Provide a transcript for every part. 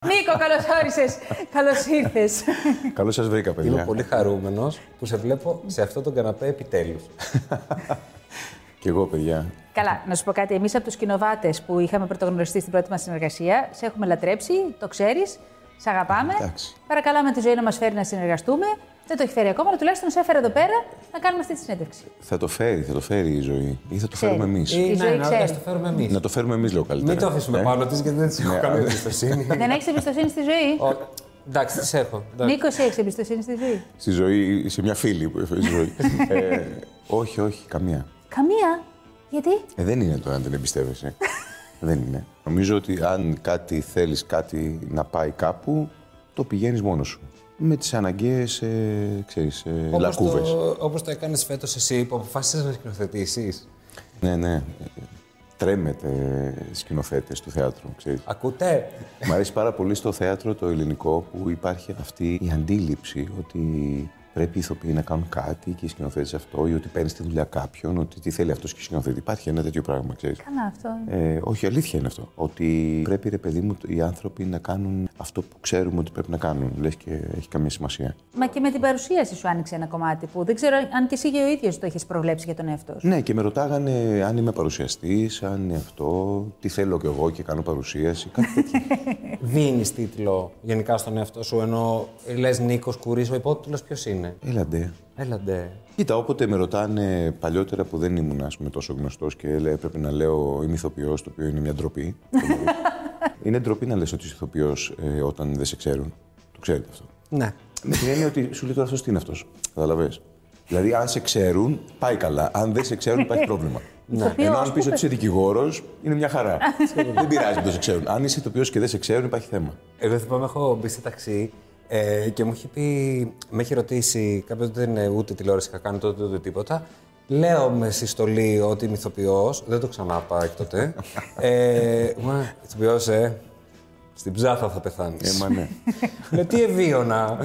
Νίκο, καλώς όρισες. Καλώς ήρθες. Καλώς σας βρήκα, παιδιά. Είμαι πολύ χαρούμενος που σε βλέπω σε αυτό τον καναπέ επιτέλους. Κι εγώ, παιδιά. Καλά, να σου πω κάτι. Εμείς από τους κοινοβάτε που είχαμε πρωτογνωριστεί στην πρώτη μας συνεργασία, σε έχουμε λατρέψει, το ξέρεις, σε αγαπάμε. Εντάξει. Παρακαλάμε τη ζωή να μας φέρει να συνεργαστούμε. Δεν το έχει φέρει ακόμα, αλλά τουλάχιστον σε έφερε εδώ πέρα να κάνουμε αυτή τη συνέντευξη. Θα το φέρει, θα το φέρει η ζωή. Ή θα το Ξέρει. φέρουμε εμείς. Η ζωή να ξέρει. ας το Ναι. φέρουμε εμείς. Να το φέρουμε εμείς, λέω καλύτερα. Ε- Μην το αφήσουμε Ε, πάνω της, γιατί δεν της έχω καμία εμπιστοσύνη. Ναι. Δεν έχεις εμπιστοσύνη στη ζωή. Ω, Εντάξει, τι έχω. εντάξει. Νίκος, έχεις εμπιστοσύνη στη ζωή. Στη ζωή, σε μια φίλη που έφερε στη ζωή. ε, όχι, όχι, καμία. Καμία. Γιατί? Ε, δεν είναι το αν δεν εμπιστεύεσαι. δεν είναι. Νομίζω ότι αν κάτι θέλεις, κάτι να πάει κάπου, το πηγαίνεις μόνος σου. Με τις αναγκαίες, ε, ξέρεις, ε, Όπως λακκούβε. το- Όπως το έκανες φέτος εσύ που αποφάσισες να σκηνοθετήσεις. Ναι, ναι. Ε, Τρέμεται σκηνοθέτες του θεάτρου, ξέρεις. Ακούτε. Μ' αρέσει πάρα πολύ στο θέατρο το ελληνικό που υπάρχει αυτή η αντίληψη ότι πρέπει οι ηθοποιοί να κάνουν κάτι και οι σκηνοθέτες αυτό, ή ότι παίρνεις τη δουλειά κάποιον, ότι τι θέλει αυτός και η σκηνοθέτη. Υπάρχει ένα τέτοιο πράγμα, ξέρεις. Καλά αυτό. Ε, όχι, αλήθεια είναι αυτό. Ότι πρέπει ρε παιδί μου οι άνθρωποι να κάνουν αυτό που ξέρουμε ότι πρέπει να κάνουν. Λες και έχει καμία σημασία. Μα και με την παρουσίαση σου άνοιξε ένα κομμάτι που δεν ξέρω αν και εσύ και ο ίδιος το έχει προβλέψει για τον εαυτό σου. Ναι, και με ρωτάγανε αν είμαι παρουσιαστής, αν είναι αυτό, τι θέλω κι εγώ και κάνω παρουσίαση. Κάτι τέτοιο. Δίνεις τίτλο γενικά στον εαυτό σου, ενώ λες Νίκος Κουρί, ο υπότιτλος ποιος είναι. Έλαντε. Έλαντε. Κοίτα, όποτε με ρωτάνε παλιότερα που δεν ήμουν ας πούμε, τόσο γνωστός και έλε- έπρεπε να λέω είμαι ηθοποιός, το οποίο είναι μια ντροπή. είναι ντροπή να λες ότι είσαι ηθοποιός όταν δεν σε ξέρουν. Το ξέρετε αυτό. Ναι. Με την έννοια ότι σου λέει τώρα αυτός τι είναι αυτός. Καταλαβέ. Δηλαδή, αν σε ξέρουν, πάει καλά. Αν δεν σε ξέρουν, υπάρχει πρόβλημα. Το οποίο, Ενώ ας αν πει πούμε- ότι είσαι δικηγόρος, είναι μια χαρά. δεν πειράζει που δεν σε ξέρουν. Αν είσαι ηθοποιός και δεν σε ξέρουν, υπάρχει θέμα. Εγώ θυμάμαι, έχω μπει σε ταξί ε, και μου έχει πει, με έχει ρωτήσει κάποιος δεν είναι ούτε τηλεόραση είχα κάνει τότε ούτε τίποτα. Λέω με συστολή ότι είμαι ηθοποιός, δεν το ξανά πάει τότε. ε, μα, ηθοποιός, ε. Στην ψάθα θα πεθάνεις. Ε, μα ναι. Λέω τι ευίωνα.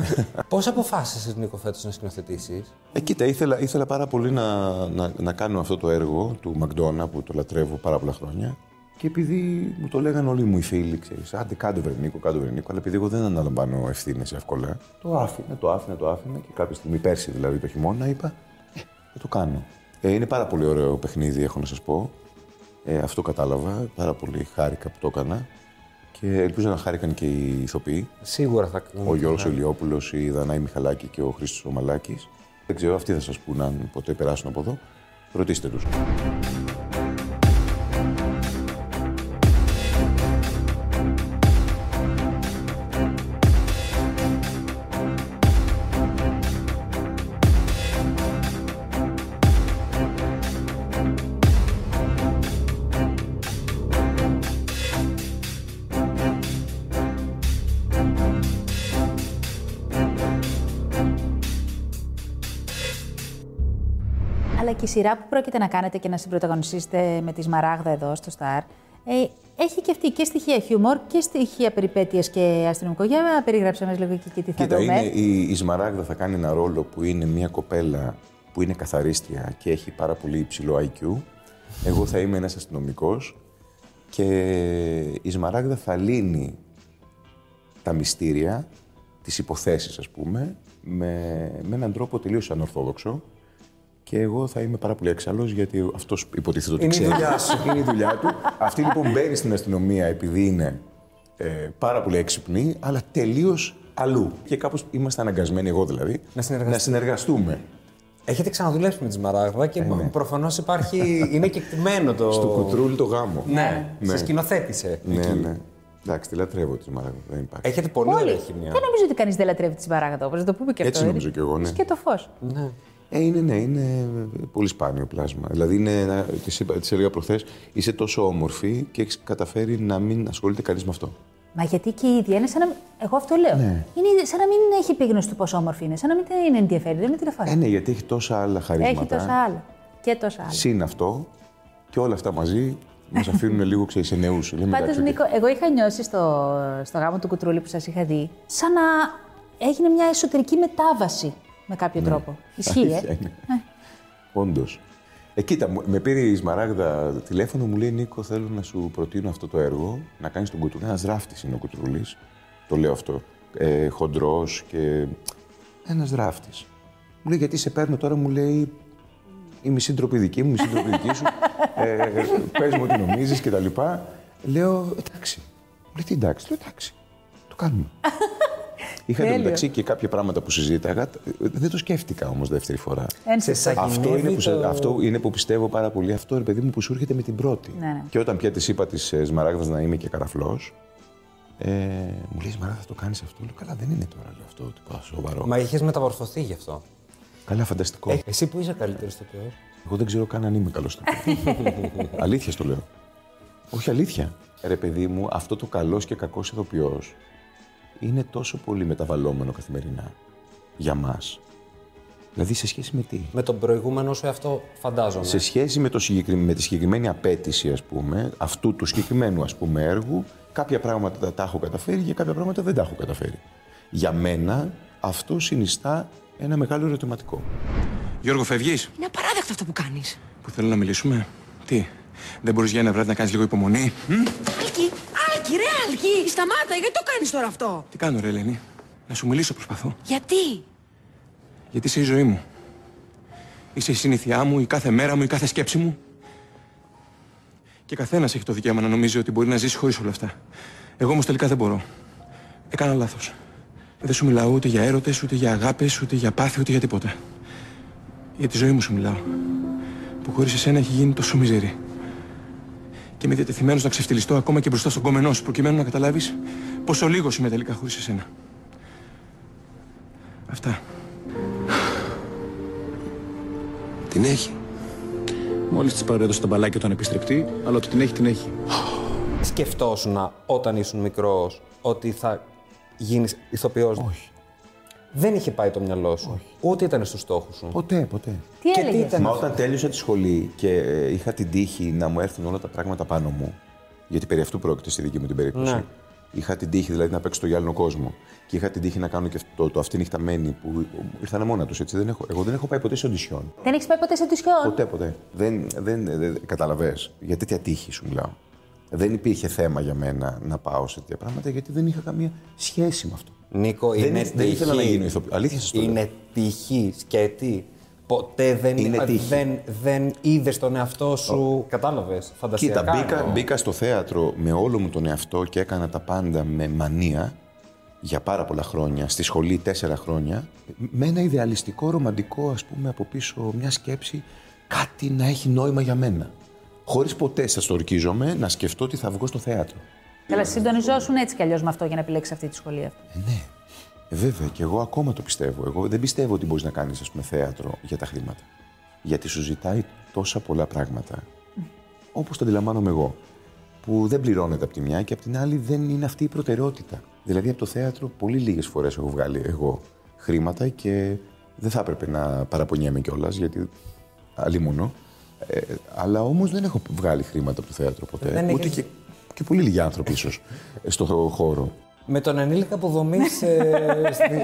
Πώς αποφάσισες, Νίκο, φέτος να σκηνοθετήσεις. Ε, κοίτα, ήθελα, ήθελα πάρα πολύ να, να, να κάνω αυτό το έργο του Μακδόνα που το λατρεύω πάρα πολλά χρόνια. Και επειδή μου το λέγανε όλοι μου οι φίλοι, ξέρεις, άντε κάτω Βερνίκο, κάτω Βερνίκο, αλλά επειδή εγώ δεν αναλαμβάνω ευθύνες εύκολα, το άφηνα, το άφηνα, το άφηνα και κάποια στιγμή πέρσι δηλαδή το χειμώνα είπα, ε, θα το κάνω. Ε, είναι πάρα πολύ ωραίο παιχνίδι, έχω να σας πω. Ε, αυτό κατάλαβα, πάρα πολύ χάρηκα που το έκανα και ελπίζω να χάρηκαν και οι ηθοποιοί Σίγουρα θα ο Γιώργος Ηλιόπουλος, η Δανάη Μιχαλάκη και ο Χρήστος ο Μαλάκης. Δεν ξέρω, αυτοί θα σας πούνε αν ποτέ περάσουν από εδώ. Ρωτήστε τους. Αλλά και η σειρά που πρόκειται να κάνετε και να συμπροταγωνιστήσετε με τη Σμαράγδα εδώ στο Star, ε, έχει και αυτή και στοιχεία χιούμορ και στοιχεία περιπέτειας και αστυνομικό. Για περιγράψε μας λίγο και, και τι θα Κοίτα, δούμε. είναι, η, η Σμαράγδα θα κάνει ένα ρόλο που είναι μια κοπέλα που είναι καθαρίστρια και έχει πάρα πολύ υψηλό IQ. Εγώ θα είμαι ένας αστυνομικός και η Σμαράγδα θα λύνει τα μυστήρια, τις υποθέσεις ας πούμε, με, με έναν τρόπο τελείως ανορθόδοξο και εγώ θα είμαι πάρα πολύ εξαλός γιατί αυτός υποτίθεται ότι Είναι η ξέρει. δουλειά σου. είναι η δουλειά του. Αυτή λοιπόν μπαίνει στην αστυνομία επειδή είναι ε, πάρα πολύ έξυπνη, αλλά τελείως αλλού. Και κάπως είμαστε αναγκασμένοι, εγώ δηλαδή, Να συνεργαστούμε. συνεργαστούμε. Έχετε ξαναδουλέψει με τη Σμαράγδα και προφανώς υπάρχει. είναι κεκτημένο το. Ε, ναι. Στο κουτρούλι το γάμο. Ναι, Ναι. σε σκηνοθέτησε. Ναι, ναι. Εντάξει, τη λατρεύω τη Μαράγδα, δεν υπάρχει. Έχετε πολύ Όλοι. ωραία χημία. Δεν νομίζω ότι κανείς δεν λατρεύει τη Σμαράγδα, όπως να το πούμε και Έτσι αυτό. νομίζω κι εγώ, ναι. Και το φως. Ναι. Ε, είναι, ναι, είναι πολύ σπάνιο πλάσμα. Δηλαδή, είναι, ένα- της, είπα- της έλεγα προχθές, είσαι τόσο όμορφη και έχεις καταφέρει να μην ασχολείται κανείς με αυτό. Ναι. Μα γιατί και η ίδια είναι σαν να. μην- Εγώ αυτό λέω. Ναι. Είναι σαν να μην έχει επίγνωση του πόσο όμορφη είναι, σαν να μην την είναι ενδιαφέρει, δεν με τηλεφωνεί. Ε, ναι, γιατί έχει τόσα άλλα χαρίσματα. έχει τόσα άλλα. Και τόσα άλλα. Συν αυτό και όλα αυτά μαζί μας αφήνουν λίγο, ξέρεις, σε νεούς. Λέμε, Πάντω, εντάξει, οκ. Νίκο, εγώ είχα νιώσει στο, στο γάμο του Κουτρούλη που σας είχα δει, σαν να έγινε μια εσωτερική μετάβαση με κάποιο τρόπο. Ισχύει, Ναι. Αλήθεια ναι. ε. είναι. Όντως. Ε, κοίτα, μου- με πήρε η Σμαράγδα τηλέφωνο, μου λέει Νίκο, θέλω να σου προτείνω αυτό το έργο, να κάνεις τον κουτρούλι. Ένας ράφτης είναι ο κουτρούλης. το λέω αυτό, ε, χοντρός και ένας ράφτη. Μου λέει, γιατί σε παίρνω τώρα, μου λέει, η μισή ντροπή δική μου, η μισή ντροπή δική σου. ε, πες μου τι νομίζεις και τα λοιπά. Λέω, εντάξει. Μου λέει, τι εντάξει. Λέω, εντάξει. Το κάνουμε. Είχα Τέλειο. μεταξύ και κάποια πράγματα που συζήταγα, τ- δεν το σκέφτηκα όμως δεύτερη φορά. Εν Σε συστά. σακινεύει Αυτό είναι, που, σε- το- αυτό είναι που πιστεύω πάρα πολύ. Αυτό ρε παιδί μου που σου έρχεται με την πρώτη. Ναι, ναι. Και όταν πια της είπα της Σμαράγδας να είμαι και καραφλός, ε, μου λέει Σμαράγδα, το κάνεις αυτό. Λέω καλά, δεν είναι τώρα λέω, αυτό τίποτα σοβαρό. Μα είχες μεταμορφωθεί γι' αυτό. Καλά, φανταστικό. Ε, εσύ που είσαι καλύτερος στο ποιό. Εγώ δεν ξέρω καν αν είμαι καλός στο παιδί. αλήθεια στο λέω. Όχι αλήθεια. Ρε παιδί μου, αυτό το καλός και κακός ηθοποιό είναι τόσο πολύ μεταβαλλόμενο καθημερινά για μας. Δηλαδή σε σχέση με τι. Με τον προηγούμενο σου αυτό φαντάζομαι. Σε σχέση με, το συγκεκρι... με τη συγκεκριμένη απέτηση, ας πούμε, αυτού του συγκεκριμένου ας πούμε, έργου, κάποια πράγματα τα, τα έχω καταφέρει και κάποια πράγματα δεν τα έχω καταφέρει. Για μένα αυτό συνιστά ένα μεγάλο ερωτηματικό. Γιώργο, φεύγεις. Είναι απαράδεκτο αυτό που κάνεις. Που θέλω να μιλήσουμε. Τι, δεν μπορείς για ένα βράδυ να κάνεις λίγο υπομονή. μ? Άλκη, Άλκη, ρε Άλκη, σταμάτα, γιατί το κάνεις τώρα αυτό. Τι κάνω, ρε Ελένη. Να σου μιλήσω προσπαθώ. Γιατί. Γιατί είσαι η ζωή μου. Είσαι η συνήθειά μου, η κάθε μέρα μου, η κάθε σκέψη μου. Και καθένας έχει το δικαίωμα να νομίζει ότι μπορεί να ζήσει χωρίς όλα αυτά. Εγώ όμως τελικά δεν μπορώ. Έκανα λάθος. Δεν σου μιλάω ούτε για έρωτες, ούτε για αγάπες, ούτε για πάθη, ούτε για τίποτα. Για τη ζωή μου σου μιλάω. Που χωρίς εσένα έχει γίνει τόσο μιζέρι. Και είμαι διατεθειμένο να ξεφτυλιστώ ακόμα και μπροστά στον κόμενό σου, προκειμένου να καταλάβεις πόσο λίγος είμαι τελικά χωρίς εσένα. Αυτά. Την έχει. Μόλις της παρέδωσε τα μπαλάκια όταν επιστρεπτεί, αλλά ότι την έχει, την έχει. Σκεφτόσουν όταν ήσουν μικρός ότι θα γίνεις ηθοποιός. Όχι. Δεν είχε πάει το μυαλό σου. Ούτε ήταν στους στόχους σου. Ποτέ, ποτέ. Τι Και τι έλεγες. ήταν Μα αυτό. όταν τέλειωσα τη σχολή και ε, είχα την τύχη να μου έρθουν όλα τα πράγματα πάνω μου, γιατί περί αυτού πρόκειται στη δική μου την περίπτωση. Ναι. Είχα την τύχη δηλαδή να παίξω το γυάλινο κόσμο και είχα την τύχη να κάνω και αυτό, το αυτή νυχταμένη που ήρθανε μόνα τους. Δεν έχω, εγώ δεν έχω πάει ποτέ σε οντισιόν. Δεν έχεις πάει ποτέ σε τουσιόν. Ποτέ, ποτέ. Δεν, δεν, δεν καταλαβέ. Για τέτοια τύχη σου μιλάω. Δεν υπήρχε θέμα για μένα να πάω σε τέτοια πράγματα γιατί δεν είχα καμία σχέση με αυτό. Νίκο, Δεν είναι ήθ- δεν ήθελα να γίνω ηθοποιός. Αλήθεια σας το λέω. Είναι τύχη σκέτη. Ποτέ δεν, Είναι τύχη. δεν, δεν είδες τον εαυτό σου. Κατάλαβε. Φανταστικά. Κοίτα, μπήκα, μπήκα στο θέατρο με όλο μου τον εαυτό και έκανα τα πάντα με μανία για πάρα πολλά χρόνια, στη σχολή τέσσερα χρόνια, με ένα ιδεαλιστικό, ρομαντικό, ας πούμε, από πίσω μια σκέψη, κάτι να έχει νόημα για μένα. Χωρίς ποτέ σας το ορκίζομαι να σκεφτώ ότι θα βγω στο θέατρο. Καλά, συντονιζόσουν έτσι κι αλλιώς με αυτό για να επιλέξεις αυτή τη σχολή. Ε, ναι. Ε, βέβαια, και εγώ ακόμα το πιστεύω. Εγώ δεν πιστεύω ότι μπορείς να κάνεις, ας πούμε, θέατρο για τα χρήματα. Γιατί σου ζητάει τόσα πολλά πράγματα, όπως το αντιλαμβάνομαι εγώ, που δεν πληρώνεται από τη μια και από την άλλη δεν είναι αυτή η προτεραιότητα. Δηλαδή, από το θέατρο πολύ λίγες φορές έχω βγάλει εγώ χρήματα και δεν θα έπρεπε να παραπονιέμαι κιόλας, γιατί αλλήμωνο. Ε, αλλά όμως δεν έχω βγάλει χρήματα από το θέατρο ποτέ. Δεν Ούτε έχεις- και, και πολύ λίγοι άνθρωποι ίσως στο χώρο. Με τον ανήλικα που δομεί στη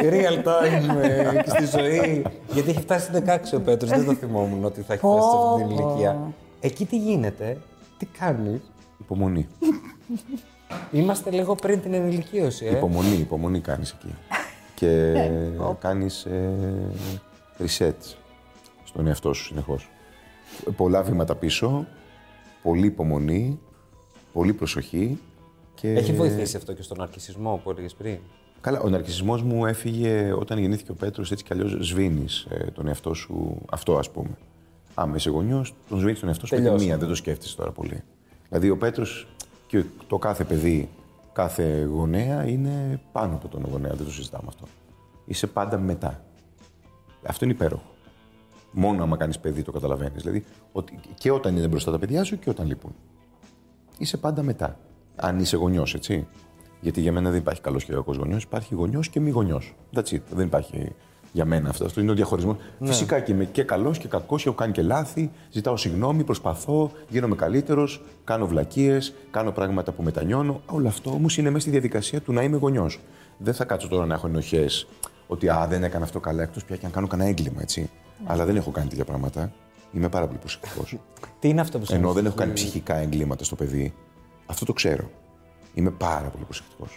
real time ε, και στη ζωή. Γιατί έχει φτάσει στις 16 ο Πέτρος, δεν το θυμόμουν ότι θα έχει φτάσει σε αυτή την ηλικία. Εκεί τι γίνεται, τι κάνεις. Υπομονή. Είμαστε λίγο πριν την ενηλικίωση, ε. Υπομονή, υπομονή κάνεις εκεί. και κάνεις ε, reset στον εαυτό σου συνεχώς. Πολλά βήματα πίσω, πολλή υπομονή, πολλή προσοχή και... Έχει βοηθήσει αυτό και στον αρκισμό που έλεγες πριν. Καλά, ο ναρκισισμός μου έφυγε όταν γεννήθηκε ο Πέτρος, έτσι κι αλλιώς σβήνεις ε, τον εαυτό σου, αυτό ας πούμε. Άμα είσαι γονιός, τον σβήνεις τον εαυτό σου με τη Τελειώσαμε. μία, δεν το σκέφτεσαι τώρα πολύ. Δηλαδή ο Πέτρος και το κάθε παιδί, κάθε γονέα είναι πάνω από τον γονέα, δεν το συζητάμε αυτό. Είσαι πάντα μετά. Αυτό είναι υπέροχο. Μόνο άμα κάνεις παιδί το καταλαβαίνεις. Δηλαδή ότι και όταν είναι μπροστά τα παιδιά σου και όταν λείπουν. Είσαι πάντα μετά. Αν είσαι γονιός, έτσι. Γιατί για μένα δεν υπάρχει καλός και κακός γονιός, υπάρχει γονιός και μη γονιός. That's it. Δεν υπάρχει για μένα αυτό. Αυτό είναι ο διαχωρισμός. Φυσικά και είμαι και καλός και κακός, έχω κάνει και λάθη, ζητάω συγγνώμη, προσπαθώ, γίνομαι καλύτερος, κάνω βλακίες, κάνω πράγματα που μετανιώνω. Όλο αυτό όμως είναι μέσα στη διαδικασία του να είμαι γονιός. Δεν θα κάτσω τώρα να έχω ενοχές ότι α, δεν έκανα αυτό καλά, εκτός πια και αν κάνω κανένα έγκλημα, έτσι. Αλλά δεν έχω κάνει τέτοια πράγματα. Είμαι πάρα πολύ προσεκτικός. Τι είναι αυτό που σου Ενώ δεν αρέσει? έχω κάνει ψυχικά εγκλήματα στο παιδί. Αυτό το ξέρω. Είμαι πάρα πολύ προσεκτικός.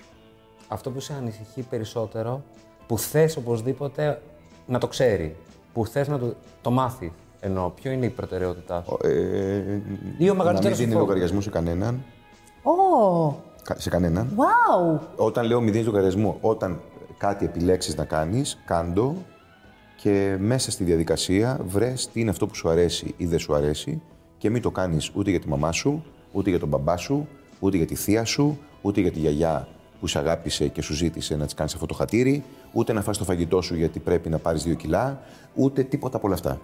αυτό που σε ανησυχεί περισσότερο, που θες οπωσδήποτε να το ξέρει, που θες να το, το μάθει. Ενώ ποιο είναι η προτεραιότητά σου. Ε, Ή ο να μην μεγαλύτερος δίνει φόβος. λογαριασμό σε κανέναν. Ω, κα- Σε κανέναν. wow! Όταν λέω μηδέν λογαριασμό, όταν κάτι επιλέξεις να κάνεις, κάντο και μέσα στη διαδικασία βρες τι είναι αυτό που σου αρέσει ή δεν σου αρέσει και μην το κάνεις ούτε για τη μαμά σου, ούτε για τον μπαμπά σου, ούτε για τη θεία σου, ούτε για τη γιαγιά που σε αγάπησε και σου ζήτησε να της κάνεις αυτό το χατήρι, ούτε να φας το φαγητό σου γιατί πρέπει να πάρεις δύο κιλά, ούτε τίποτα από όλα αυτά.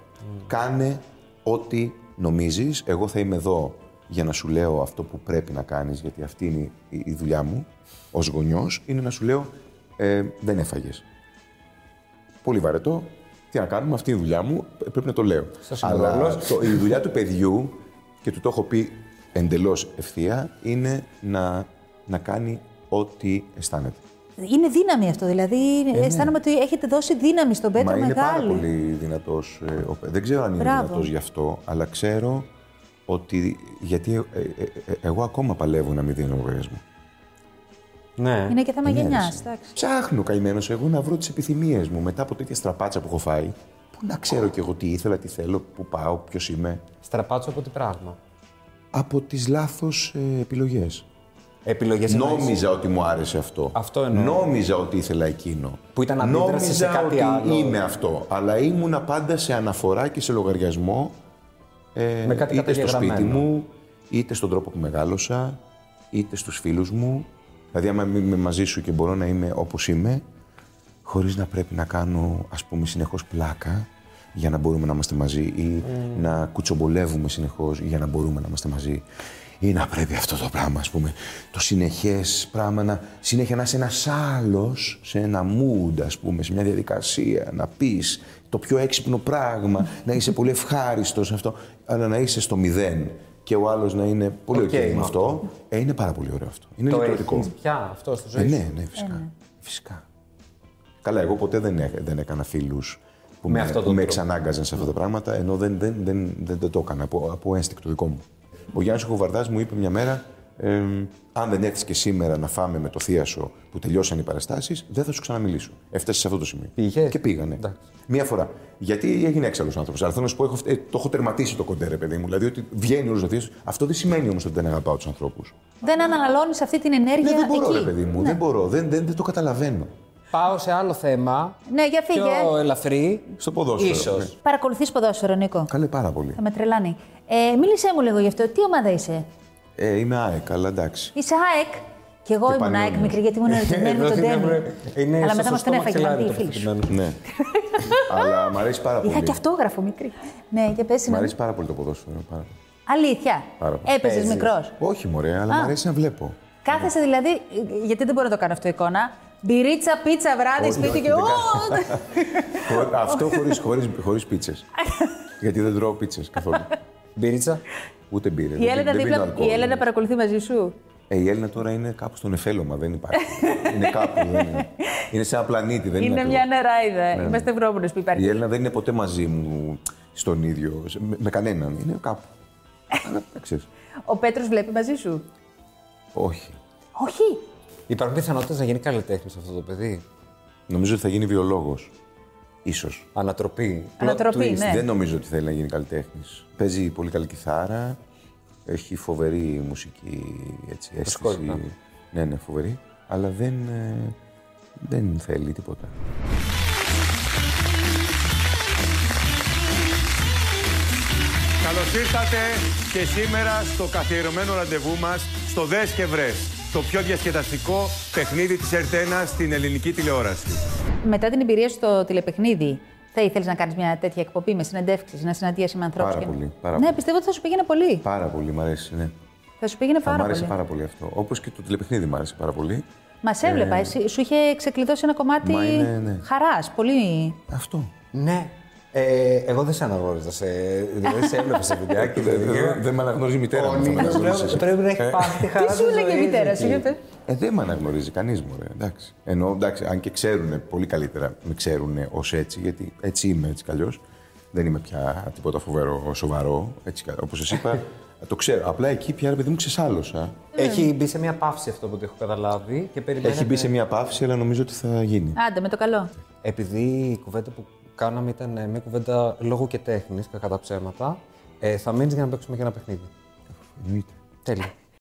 Κάνε ό,τι νομίζεις. Εγώ θα είμαι εδώ για να σου λέω αυτό που πρέπει να κάνεις, γιατί αυτή είναι η- η δουλειά μου ως γονιός, είναι να σου λέω ε, δεν έφαγες πολύ βαρετό. Τι να κάνουμε, αυτή είναι η δουλειά μου, ε, πρέπει να το λέω. Σας Αλλά συμβουλεύω. το, η δουλειά του παιδιού, και του το έχω πει εντελώς ευθεία, είναι να, να κάνει ό,τι αισθάνεται. Είναι δύναμη αυτό, δηλαδή αισθάνομαι ότι έχετε δώσει δύναμη στον Πέτρο Ε, ναι. Μα είναι πάρα μεγάλη. πολύ δυνατός. ε, ο Πέ- Δεν ξέρω αν είναι Μπράβο. δυνατός γι' αυτό, αλλά ξέρω ότι. Γιατί ε, ε, ε, ε, εγώ ακόμα παλεύω να μην δίνω λογαριασμό. Ναι. Είναι και θέμα γενιά, Εννιάρεση. εντάξει. Ψάχνω καημένος εγώ να βρω τις επιθυμίες μου μετά από τέτοια στραπάτσα που έχω φάει. Πού να ξέρω κι εγώ τι ήθελα, τι θέλω, πού πάω, ποιος είμαι. Στραπάτσο από τι πράγμα. από τις λάθος ε, επιλογές. Επιλογές Νόμιζα ότι μου άρεσε αυτό. Αυτό εννοώ. Νόμιζα ότι ήθελα εκείνο. Που ήταν αντίδραση Νόμιζα σε κάτι ότι άλλο. είμαι αυτό. Αλλά ήμουνα πάντα σε αναφορά και σε λογαριασμό. ε, Με κάτι είτε στο καταγεγραμμένο. σπίτι μου, είτε στον τρόπο που μεγάλωσα, είτε στους φίλους μου. Δηλαδή, άμα είμαι μαζί σου και μπορώ να είμαι όπως είμαι, χωρίς να πρέπει να κάνω, ας πούμε, συνεχώς πλάκα για να μπορούμε να είμαστε μαζί ή να κουτσομπολεύουμε συνεχώς για να μπορούμε να είμαστε μαζί ή να πρέπει αυτό το πράγμα, ας πούμε, το συνεχές πράγμα να συνέχεια να είσαι ένας άλλος σε ένα mood, ας πούμε, σε μια διαδικασία, να πεις το πιο έξυπνο πράγμα, να είσαι πολύ ευχάριστος αυτό, αλλά να είσαι στο μηδέν και ο άλλος να είναι πολύ Οκ οκ okay με με αυτό. Ε, είναι πάρα πολύ ωραίο αυτό. Είναι Το λιτρωτικό. έχεις πια αυτό στη Ε, ζωή. σου. ναι, ναι, φυσικά. Φυσικά. Καλά, εγώ ποτέ δεν, έ- δεν έκανα φίλους που Με με, αυτόν τον που με τρόπο. Ναι. εξανάγκαζαν σε αυτά τα πράγματα, ενώ δεν, δεν, δεν, δεν, δεν το έκανα από, από ένστικτο δικό μου. Ο Γιάννης Χοβαρδάς μου είπε μια μέρα, ε, αν δεν έρθεις και σήμερα να φάμε με το θείασο που τελειώσαν οι παραστάσεις, δεν θα σου ξαναμιλήσω. Έφτασες σε αυτό το σημείο. Πήγες? Και πήγανε. Εντάξει. Μία φορά. Γιατί έγινε έξαλλος άνθρωπο. Αλλά θέλω να σου πω, έχω, φτα- ε, το έχω τερματίσει το κοντέρ, παιδί μου. Δηλαδή ότι βγαίνει όλος ο θείασο. Αυτό δεν σημαίνει όμως ότι δεν αγαπάω τους ανθρώπους. Δεν αναλώνει αυτή την ενέργεια Ναι, δεν μπορώ, Ε, εκεί. ρε παιδί μου. Ναι. Δεν μπορώ. Δεν, δεν, δεν το καταλαβαίνω. Πάω σε άλλο θέμα. Ναι, για φύγε. Πιο ελαφρύ. Στο ποδόσφαιρο. Ίσως. Ναι. Παρακολουθείς ποδόσφαιρο, Νίκο. Καλέ πάρα πολύ. Θα με τρελάνει. Ε, μίλησέ μου λίγο γι' αυτό. Τι ομάδα είσαι, Ε, είμαι ΑΕΚ, αλλά εντάξει. Είσαι ΑΕΚ. Κι εγώ Και ήμουν ΑΕΚ Πανιόνιος. μικρή, γιατί ήμουν ερωτευμένη με τον Τέμι. Αλλά μετά μας τον έφαγε να πει φίλη σου. Ναι. αλλά μ' αρέσει πάρα Είχα πολύ. και αυτόγραφο μικρή. Ναι, για πες Μ' να- αρέσει πάρα πολύ το ποδόσφαιρο. Πάρα πολύ. Αλήθεια. Πάρα πολύ. Έπαιζες Παίζεις. μικρός. Όχι, μωρέ, αλλά μ' αρέσει να βλέπω. Κάθεσαι δηλαδή, ε, γιατί δεν μπορώ να το κάνω αυτό εικόνα. Μπυρίτσα, πίτσα, βράδυ, Όχι, σπίτι όχι, και. δεν Ω, Χω- Αυτό χωρίς, χωρίς, χωρίς πίτσες. Γιατί δεν τρώω πίτσες καθόλου. Μπύριτσα. Ούτε μπύρες. Η δεν- Έλενα, δεν πίνω δίπλα, αλκοόλ. ναι. η Έλενα παρακολουθεί μαζί σου. Ε, η Έλληνα τώρα είναι κάπου στον εφέλωμα, δεν υπάρχει. είναι κάπου, δεν είναι. Είναι σε ένα πλανήτη, δεν είναι. Είναι ακριβώς. μια νεράιδα. Ναι. Είμαστε βρώμονες που Η υπάρχει. Έλληνα δεν είναι ποτέ μαζί μου στον ίδιο, σε- με, με κανέναν. Είναι κάπου. Αλλά, ξέρεις, Ο Πέτρος βλέπει μαζί σου. Όχι. Όχι. Υπάρχουν πιθανότητες να γίνει καλλιτέχνης αυτό το παιδί. Νομίζω ότι θα γίνει βιολόγος. Ίσως. Ανατροπή. Plot Ανατροπή, twist. ναι. Δεν νομίζω ότι θέλει να γίνει καλλιτέχνης. Παίζει πολύ καλή κιθάρα. Έχει φοβερή μουσική έτσι, αίσθηση. Σκόρπινα. Ναι, ναι, φοβερή. Αλλά δεν, ε, δεν θέλει τίποτα. Καλώς ήρθατε και σήμερα στο καθιερωμένο ραντεβού μας στο Δες και Βρες, το πιο διασκεδαστικό παιχνίδι της Ερτένα στην ελληνική τηλεόραση. Μετά την εμπειρία σου στο τηλεπαιχνίδι, θα ήθελες να κάνεις μια τέτοια εκπομπή με συνεντεύξεις, να συναντιέσαι με ανθρώπους. Πάρα πολύ, πάρα ναι, πολύ. πιστεύω ότι θα σου πήγαινε πολύ. Πάρα πολύ μ' αρέσει, ναι. Θα σου πήγαινε Θα μ' πάρα άρεσε πολύ. πάρα πολύ αυτό. Όπως και το τηλεπαιχνίδι μ' άρεσε πάρα πολύ. Μας έβλεπα, εσύ, σου είχε ξεκλειδώσει ένα κομμάτι Μα είναι, ναι. χαράς. Πολύ. Αυτό. Ναι. Ε, εγώ δεν σε αναγνώριζα. Σε, δηλαδή σε έβλεπα σε βιντεάκι. Ε, δηλαδή. Δεν Ε. δεν με αναγνωρίζει η μητέρα μου. θα με αναγνωρίσει. Πρέπει να έχει πάθει τη χαρά δηλαδή. Τι σου της έλεγε η ζωής. μητέρα σου, για πες. Ε, δεν με αναγνωρίζει κανείς μου, ρε. Εντάξει. Ενώ εντάξει, αν και ξέρουν πολύ καλύτερα, με ξέρουν ως έτσι, γιατί έτσι είμαι έτσι κι αλλιώς. Δεν είμαι πια τίποτα φοβερό, σοβαρό, έτσι όπως σας είπα. Το ξέρω. Απλά εκεί πια ρε παιδί μου ξεσάλωσα. Έχει μπει σε μια παύση αυτό που το έχω καταλάβει και περιμένετε... Έχει μπει σε μια παύση, αλλά νομίζω ότι θα γίνει. Άντε, με το καλό. Επειδή η κουβέντα που κάναμε ήταν ε, μια κουβέντα λόγου και τέχνης, κακά τα ψέματα, ε, θα μείνεις για να παίξουμε και ένα παιχνίδι. Εννοείται. Τέλεια.